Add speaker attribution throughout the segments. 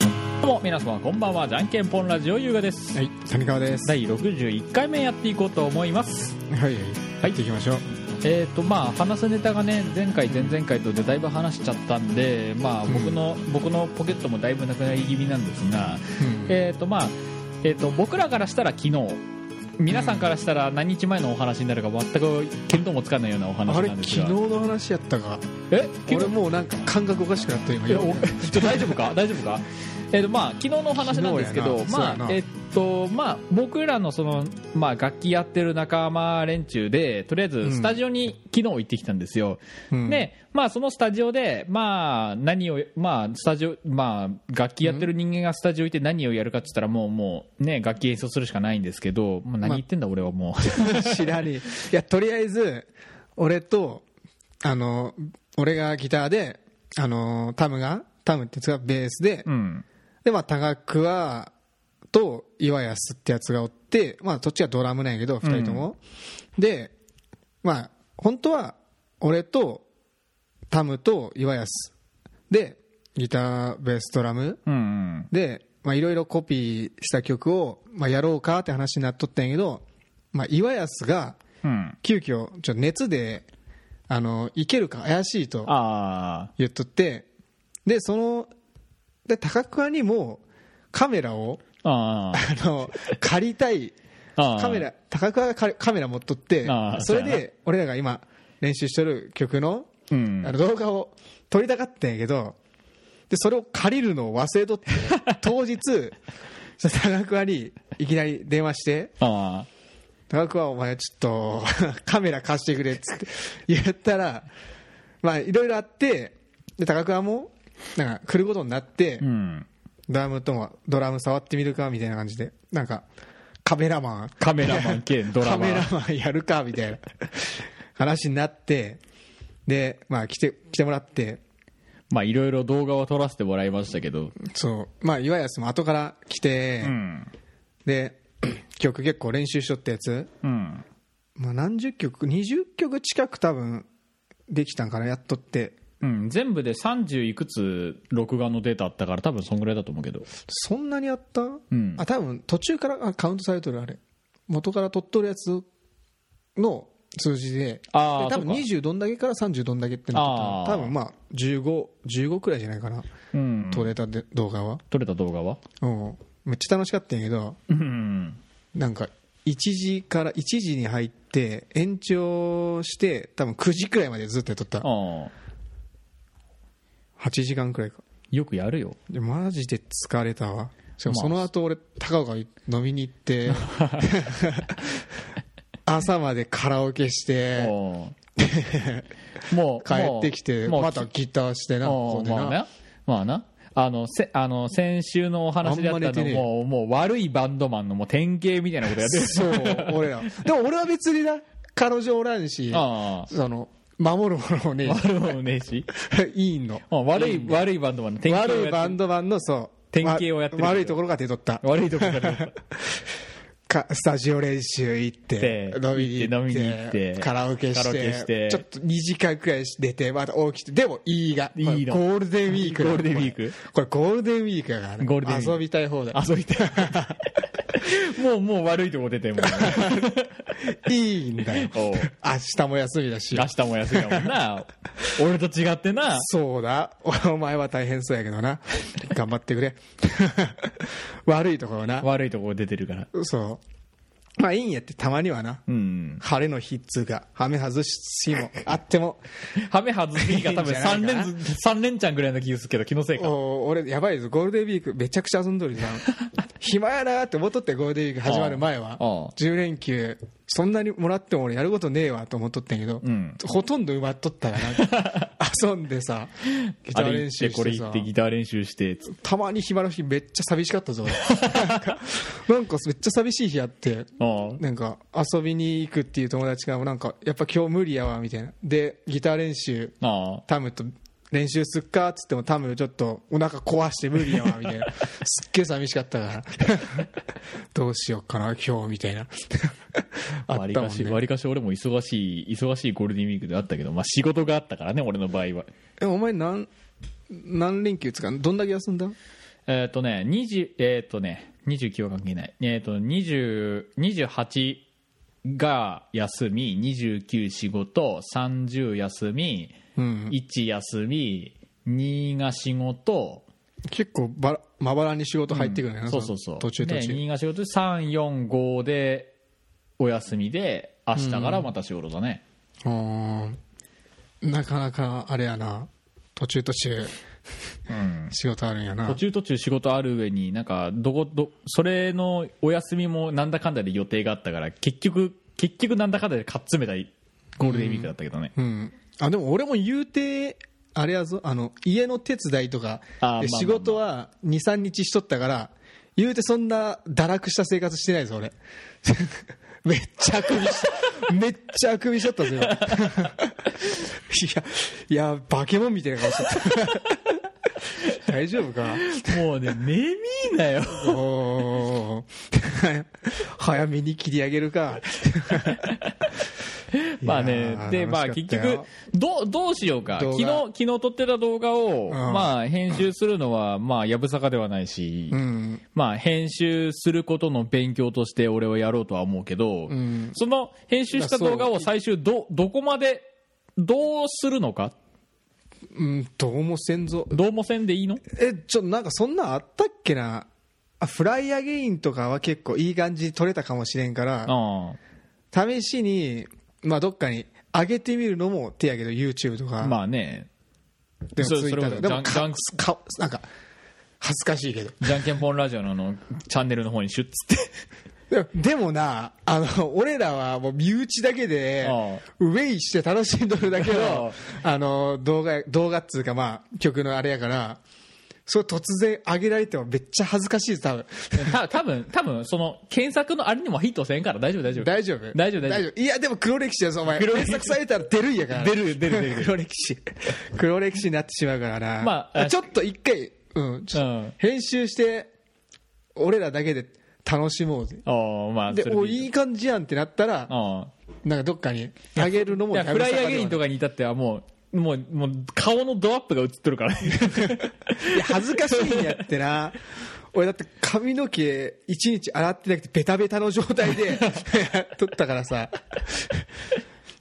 Speaker 1: どうも皆様こんばんはじゃんけんぽんラジオ優雅です、
Speaker 2: はい、谷川です。
Speaker 1: 第61回目やっていこうと思います
Speaker 2: はい、入っていきましょう。
Speaker 1: えっ、とまあ話すネタがね前回前々回とでだいぶ話しちゃったんでまあ
Speaker 2: うん
Speaker 1: 僕の、僕のポケットもだいぶなくなり気味なんですが
Speaker 2: うん
Speaker 1: えっ、とまあえっ、と僕らからしたら昨日皆さんからしたら何日前のお話になるか全く見当もつかないようなお話
Speaker 2: あれ
Speaker 1: なん
Speaker 2: 昨
Speaker 1: で
Speaker 2: 日
Speaker 1: すが
Speaker 2: の話やったか
Speaker 1: え
Speaker 2: 俺もうなんか感覚おかしくなった今
Speaker 1: いやお ちょ大丈夫か大丈夫かえーとまあ、昨日のお話なんですけど
Speaker 2: 昨、
Speaker 1: ま
Speaker 2: 日やなそうや
Speaker 1: あ
Speaker 2: な
Speaker 1: えっとまあ、僕らのその、まあ、楽器やってる仲間連中でとりあえ
Speaker 2: う
Speaker 1: ず
Speaker 2: ん
Speaker 1: スタジオに昨日行ってきたんですよ、
Speaker 2: うん
Speaker 1: でまあ、そのスタジオで、まあ何をまあスタジオまあ、楽器やってる人間がスタジオ行って何をやるかって言ったらもうもう、ね、楽器演奏するしかないんですけど、もう何言ってんだ、俺はもう。
Speaker 2: 知らねえいやとりあえず俺とあの俺がギターであのタムがタムってやつがベース で、
Speaker 1: うん
Speaker 2: でまあ高桑と岩安ってやつがおってまあそっちがドラムなんやけど二人とも、でまあ本当は俺とタムと岩安でギターベースドラム
Speaker 1: うんうん
Speaker 2: でまあいろいろコピーした曲を、まあ、やろうかって話になっとったんやけど、まあ、岩安が
Speaker 1: うん、
Speaker 2: 急遽ちょっと熱であのいけるか怪しいと
Speaker 1: あ
Speaker 2: 言っとってでそので高桑にもカメラを
Speaker 1: ーあー
Speaker 2: あの借りたい
Speaker 1: あー
Speaker 2: カメラ高桑がカカメラ持っとって
Speaker 1: あー
Speaker 2: それ
Speaker 1: そうや
Speaker 2: で俺らが今練習しとる曲の
Speaker 1: うん
Speaker 2: あの動画を撮りたかったんやけどでそれを借りるのを忘れとって 当日そしたら高桑にいきなり電話して
Speaker 1: あー
Speaker 2: 高桑お前ちょっと カメラ貸してくれっつって言ったらまあいろいろあってで高桑もなんか来ることになって、
Speaker 1: うん
Speaker 2: ドラムともドラム触ってみるかみたいな感じでなんかカメラマン
Speaker 1: カメラマン兼ドラ
Speaker 2: カ
Speaker 1: マ
Speaker 2: メラ
Speaker 1: ー
Speaker 2: マンやるかみたいな 話になってでまあ来て来てもらって
Speaker 1: まあいろいろ動画を撮らせてもらいましたけど、
Speaker 2: そうまあ岩安も後から来て、
Speaker 1: ん
Speaker 2: で 曲結構練習しとったやつ
Speaker 1: うん、
Speaker 2: まあ、何十曲20曲近く多分できたんかなやっとって
Speaker 1: うん、全部で30いくつ録画のデータあったから多分そんぐらいだと思うけど
Speaker 2: そんなにあった、
Speaker 1: ん
Speaker 2: あ多分途中からあカウントされとるあれ元から取っとるやつの数字で
Speaker 1: あー
Speaker 2: で多分
Speaker 1: そうか
Speaker 2: 20どんだけから30どんだけってなって
Speaker 1: あー
Speaker 2: た多分まあ1515くらいじゃないかな、
Speaker 1: うん
Speaker 2: 撮れたで動画は、
Speaker 1: 撮れた動画は
Speaker 2: うん、めっちゃ楽しかったんやけど
Speaker 1: うん
Speaker 2: なんか1時から1時に入って延長して多分9時くらいまでずっとやっとった
Speaker 1: ああ
Speaker 2: 8時間くらいか
Speaker 1: よくやるよ
Speaker 2: でマジで疲れたわしかも
Speaker 1: まあ
Speaker 2: その後俺高岡に飲みに行って 朝までカラオケし
Speaker 1: ああ
Speaker 2: て
Speaker 1: もう
Speaker 2: 帰ってきて
Speaker 1: もう
Speaker 2: またギターしてな
Speaker 1: もう
Speaker 2: ここで
Speaker 1: まあ
Speaker 2: な
Speaker 1: なまあなあのせあの先週のお話であった
Speaker 2: あんま
Speaker 1: の
Speaker 2: 寝てねえ
Speaker 1: もうもう悪いバンドマンのもう典型みたいなことやってる
Speaker 2: そう俺らでも俺は別にな彼女おらんし
Speaker 1: あ
Speaker 2: その守るものもね
Speaker 1: あ悪いもんねえし
Speaker 2: え いいの
Speaker 1: あ悪い悪いバンドマンの典型をやって
Speaker 2: 悪
Speaker 1: る
Speaker 2: いバンドマンのそう
Speaker 1: 典型をやってる
Speaker 2: わ悪いところが出とった
Speaker 1: 悪いとこから出た
Speaker 2: かスタジオ練習行って
Speaker 1: で
Speaker 2: 飲みに行
Speaker 1: 行
Speaker 2: って
Speaker 1: って飲みに行って
Speaker 2: カラオケして
Speaker 1: カラオケして
Speaker 2: ちょっと2時間くらい出てまた起きてでもいいが
Speaker 1: いいの
Speaker 2: まあゴールデンウィークだ
Speaker 1: ゴールデンウィーク
Speaker 2: これこれゴールデンウィークやからね
Speaker 1: ゴールデンウィーク
Speaker 2: 遊びたい方だ
Speaker 1: 遊びたい もうもう悪いとこ出てもう
Speaker 2: いいんだよ
Speaker 1: おう
Speaker 2: 明日も休みだし
Speaker 1: 明日も休みだもんな俺と違ってな
Speaker 2: そうだ お前は大変そうやけどな頑張ってくれ 悪いところな
Speaker 1: 悪いとこ出てるから
Speaker 2: そうまあいいんやってたまにはな
Speaker 1: うん
Speaker 2: 晴れの日っつうか雨外し日もあっても
Speaker 1: ハメ外す日が多分
Speaker 2: いいんじゃない
Speaker 1: 3
Speaker 2: かな
Speaker 1: 連続三連チャンぐらいの気がするけど気のせいか
Speaker 2: おー俺やばいぞゴールデンウィークめちゃくちゃ遊ん どるじゃん暇やなーって思っとってゴールデンウィーク始まる前
Speaker 1: あ
Speaker 2: は
Speaker 1: あああ
Speaker 2: 10連休そんなにもらっても俺やることねえわと思っとったんやけど、
Speaker 1: ん
Speaker 2: ほとんど埋まっとったらなんか 遊んでさギタ
Speaker 1: あ
Speaker 2: ー
Speaker 1: れ
Speaker 2: 練
Speaker 1: 行って
Speaker 2: 習
Speaker 1: こ
Speaker 2: し
Speaker 1: れ
Speaker 2: て
Speaker 1: 行っ
Speaker 2: さ
Speaker 1: てギター練習してつ
Speaker 2: たまに暇の日めっちゃ寂し かったぞなんかなんかめっちゃ寂しい日あって
Speaker 1: ああ
Speaker 2: なんか遊びに行くっていう友達がなんかやっぱ今日無理やわみたいなでギター練習
Speaker 1: ああ
Speaker 2: タムと練習すっかっつってもタムちょっとお腹壊して無理やわみ たいなすっげえ寂しかったから どうしようかな今日みた いなあ
Speaker 1: わ
Speaker 2: っ
Speaker 1: り
Speaker 2: たも
Speaker 1: か
Speaker 2: ん
Speaker 1: し、
Speaker 2: ね
Speaker 1: わりかし俺も忙しい、忙しいゴールデンウィークであったけど、まあ仕事があったからね、俺の場合は。
Speaker 2: えお前何何連休つかどんだけ休んだ
Speaker 1: えっ、とね20えっ、とね29は関係ないえっ、と20 28が休み29仕事30休み
Speaker 2: うん、
Speaker 1: 1休み2が仕事
Speaker 2: 結構ばらまばらに仕事入ってくるんだよね、
Speaker 1: そうそうそう
Speaker 2: 途中途中、
Speaker 1: で2が仕事で345でお休みで明日からまた仕事だね、
Speaker 2: あーなかなかあれやな途中途中
Speaker 1: うん
Speaker 2: 仕事あるんや
Speaker 1: 途
Speaker 2: な
Speaker 1: 中途中仕事ある上になんかどこどそれのお休みもなんだかんだで予定があったから結局結局なんだかんだでかっつめたゴールデンウィークだったけどね、
Speaker 2: うんあでも俺も言うてあれやぞあの家の手伝いとか
Speaker 1: あー
Speaker 2: で
Speaker 1: まあ
Speaker 2: 仕事は23日しとったから言うてそんな堕落した生活してないぞ俺 めっちゃあくびしめっちゃあくびしちゃったぞ今 いやいや化け物みたいな顔しちゃった 大丈夫か
Speaker 1: もう ね寝みーなよ
Speaker 2: おー 早めに切り上げるか
Speaker 1: まあね
Speaker 2: いやー
Speaker 1: でまあ
Speaker 2: 楽し
Speaker 1: 結
Speaker 2: かった
Speaker 1: 局
Speaker 2: よ
Speaker 1: どうどうしようか
Speaker 2: 動
Speaker 1: 昨
Speaker 2: 画
Speaker 1: 日昨日撮ってた動画を、
Speaker 2: ん
Speaker 1: まあ編集するのはまあやぶさかではないし、
Speaker 2: うん
Speaker 1: まあ編集することの勉強として俺はやろうとは思うけど、
Speaker 2: ん
Speaker 1: その編集した動画を最終どどこまでどうするのか
Speaker 2: うんどうもせんぞ
Speaker 1: どうもせんでいいの
Speaker 2: えちょなんかそんなんあったっけなあフライアゲインとかは結構いい感じに撮れたかもしれんから
Speaker 1: あ
Speaker 2: 試しに、まあ、どっかに上げてみるのも手やけど YouTube と
Speaker 1: あ
Speaker 2: か、
Speaker 1: まあね
Speaker 2: でも
Speaker 1: それ
Speaker 2: Twitter
Speaker 1: それこそ
Speaker 2: とかでも
Speaker 1: ジャ
Speaker 2: か
Speaker 1: ン
Speaker 2: かなんか恥ずかしいけど
Speaker 1: じゃんけんぽんラジオのあの チャンネルの方にシュッつ って
Speaker 2: でもでもなあの俺らはもう身内だけで
Speaker 1: ああ
Speaker 2: ウェイして楽しんどるだけのあの動画動画っつうかまあ曲のあれやからそれ突然上げられてもめっちゃ恥ずかしいです多分
Speaker 1: た多分多分その検索のあれにもヒットせんから大丈夫大丈夫
Speaker 2: 大丈夫
Speaker 1: 大丈夫大丈
Speaker 2: いやでも黒歴史やぞお前
Speaker 1: 黒歴
Speaker 2: 検
Speaker 1: 史
Speaker 2: 索されたら出るんやから
Speaker 1: 出る出る出る
Speaker 2: 黒歴史黒歴史になってしまうからな、
Speaker 1: まああ
Speaker 2: ちょっと一回、うん、ちょっと
Speaker 1: うん
Speaker 2: 編集して俺らだけで楽しもうぜ
Speaker 1: 夫ああまあ
Speaker 2: で
Speaker 1: それ
Speaker 2: お
Speaker 1: いい
Speaker 2: いい感じやんってなった
Speaker 1: あ
Speaker 2: ら
Speaker 1: あ
Speaker 2: なんかどっかにあげるの
Speaker 1: い
Speaker 2: も
Speaker 1: やフライアゲインと
Speaker 2: か
Speaker 1: かに至ってはもうもうもう顔のドアップが映ってる からね
Speaker 2: いや恥ずかしいんやってな俺だって髪の毛一日洗ってなくてベタベタの状態で 撮ったからさ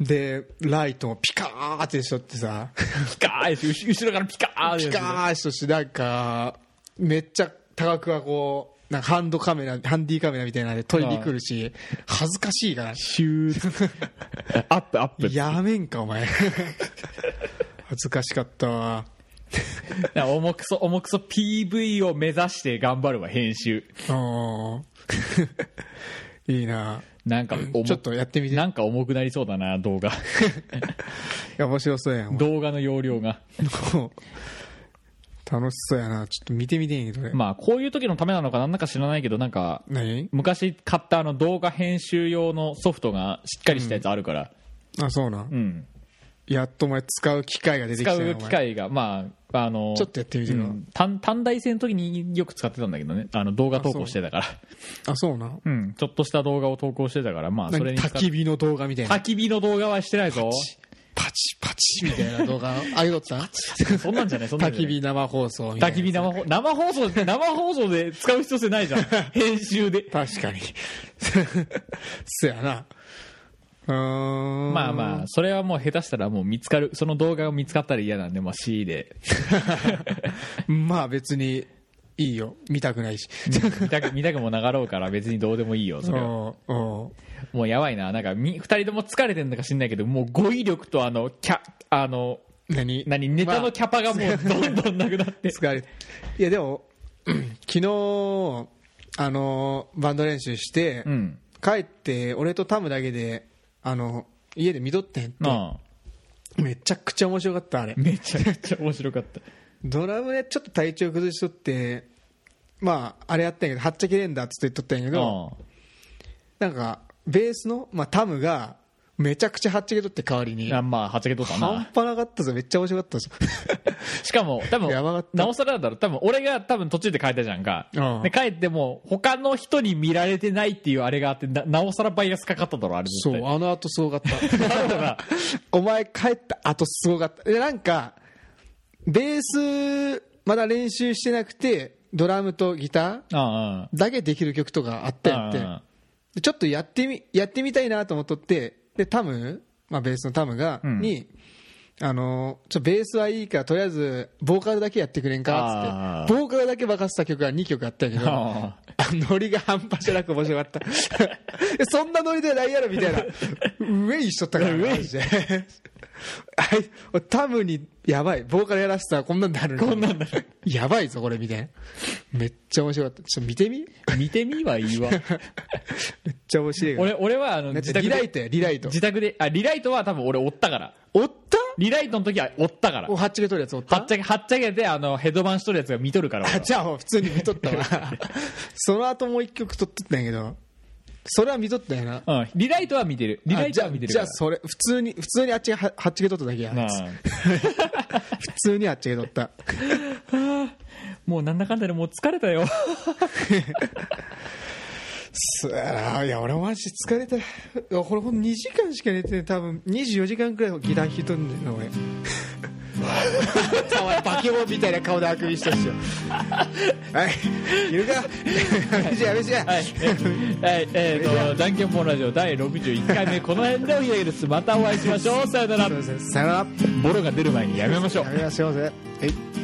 Speaker 2: でライトもピカーってしとってさ
Speaker 1: ピカーって後後ろからピカーって
Speaker 2: ピ
Speaker 1: やつ
Speaker 2: カーしとしてなんかめっちゃ高くはこうなんかハンドカメラハンディカメラみたいなので撮りに来るし恥ずかしいから
Speaker 1: シューアップアップ
Speaker 2: やめんかお前恥ずかしかったわ
Speaker 1: 重くそ重くそ PV を目指して頑張るわ編集
Speaker 2: ああ いいな
Speaker 1: なんか重く
Speaker 2: ちょっとやってみて
Speaker 1: なんか重くなりそうだな動画
Speaker 2: いや面白そうやん
Speaker 1: 動画の容量が
Speaker 2: もう 楽しそうやなちょっと見てみてんやけどね、
Speaker 1: まあこういう時のためなのかなんだか知らないけどなんか
Speaker 2: 何
Speaker 1: 昔買ったあの動画編集用のソフトがしっかりしたやつあるから、
Speaker 2: あそうなん、
Speaker 1: うん
Speaker 2: やっとお前使う機会が出てきた
Speaker 1: 使
Speaker 2: よ
Speaker 1: う機
Speaker 2: お前
Speaker 1: 会がまああの
Speaker 2: ちょっとやってみて
Speaker 1: う
Speaker 2: よ、
Speaker 1: ん短短大生の時によく使ってたんだけどねあの動画投稿してたから
Speaker 2: あそうなん
Speaker 1: う、ん、ちょっとした動画を投稿してたからまあそれ
Speaker 2: 何
Speaker 1: に使っ
Speaker 2: 焚き火の動画みたいな
Speaker 1: 焚き火の動画はしてないぞ
Speaker 2: パチパチみたいな動画あげとった
Speaker 1: そんなんじゃないそんなん
Speaker 2: 焚
Speaker 1: じゃ
Speaker 2: き
Speaker 1: ない
Speaker 2: 火生放送みたい
Speaker 1: 焚
Speaker 2: な
Speaker 1: き火生放生放送で生放送で使う必要性 ないじゃん編集で
Speaker 2: 確かに そやなうーん
Speaker 1: まあまあそれはもう下手したらもう見つかるその動画が見つかったら嫌なんでまあ C で
Speaker 2: まあ別にいいよ見たくないし
Speaker 1: 見たく見たくもなかろうから別にどうでもいいよそれは
Speaker 2: おうおう
Speaker 1: もうやばいななんかみ二人とも疲れてるのか知んないけどもう語彙力とあのキャあの
Speaker 2: 何
Speaker 1: 何ネタのキャパがもうどんどんなくなって
Speaker 2: 疲れいやでも うん昨日あのバンド練習して、
Speaker 1: うん
Speaker 2: 帰って俺とタムだけであの家で見とってんって
Speaker 1: ああ
Speaker 2: めちゃくちゃ面白かったあれ
Speaker 1: めちゃくちゃ面白かった
Speaker 2: ドラムでちょっと体調崩しとってまああれやったんやけどはっちゃけれんだっつって言っとったんやけど
Speaker 1: ああ
Speaker 2: なんかベースの、まあ、タムがめちゃくちゃはっちゃけとって代わりに
Speaker 1: あまあはっちゃけとった
Speaker 2: 半
Speaker 1: な
Speaker 2: 端なかったぞめっちゃ面白かったぞ
Speaker 1: しかも多分
Speaker 2: やばかった
Speaker 1: なおさらだろ多分俺が多分途中で帰ったじゃんか、
Speaker 2: うん
Speaker 1: で帰っても他の人に見られてないっていうあれがあってななおさらバイアスかかっただろあれ絶
Speaker 2: そ
Speaker 1: 対
Speaker 2: うあの後すごかったお前帰った後すごかったでなんかベースまだ練習してなくてドラムとギター
Speaker 1: あ
Speaker 2: だけできる曲とかあっ
Speaker 1: あ
Speaker 2: たやって
Speaker 1: あ
Speaker 2: でちょっとやってみやってみたいなと思っとってでタム、まあ、ベースのタムが、
Speaker 1: うん
Speaker 2: にあのちょベースはいいからとりあえずボーカルだけやってくれんかっつってボーカルだけ任せた曲が2曲あったけど
Speaker 1: あ
Speaker 2: ノリが半端じゃなく面白かった えそんなノリでないやろみたいな上にしとったからなマジであい俺タムにやばいボーカルやらせたらこんなんなるこんなんなるやばいぞこれみたいなめっちゃ面白かったちょっと見てみめっ
Speaker 1: あ見てみはい いわ
Speaker 2: ちゃ面白いから
Speaker 1: 俺俺はあの
Speaker 2: だって
Speaker 1: 自宅
Speaker 2: リライ
Speaker 1: で
Speaker 2: トやリライト
Speaker 1: 自宅であリライトは多分俺追ったから
Speaker 2: おった
Speaker 1: リライトの時は追ったから
Speaker 2: おはっちゃけ取るやつおっ
Speaker 1: は
Speaker 2: た
Speaker 1: っちゃけはっちゃけてあのヘッドバンしとるやつが見とるから俺
Speaker 2: あ
Speaker 1: は
Speaker 2: じゃあ普通に見とったわ その後もう一曲撮っとったんやけどそれは見とったんやな
Speaker 1: うん、リライトは見てるリライトは見てる
Speaker 2: じ
Speaker 1: か
Speaker 2: ゃ
Speaker 1: ら
Speaker 2: あじゃあそれ普通に普通にあっちがははっちゃけ取っただけやあいつ
Speaker 1: なあ
Speaker 2: 普通にあっちが取った
Speaker 1: もうなんだかんだでもう疲れ たよ
Speaker 2: すあーいや俺マジ疲れたいやこれほんと2時間しか寝てない多分24時間くらいギター弾いとんねんな俺 たまにバケモンみたいな顔であくびしたっしょはいいるかや めちゃやめちゃ、
Speaker 1: はい、えはいえーと「じゃんけんぽんラジオ」第61回目この辺でお開きですまたお会いしましょうさよなら
Speaker 2: そうですねさよなら
Speaker 1: ボロが出る前にやめましょう
Speaker 2: やめましょうぜはい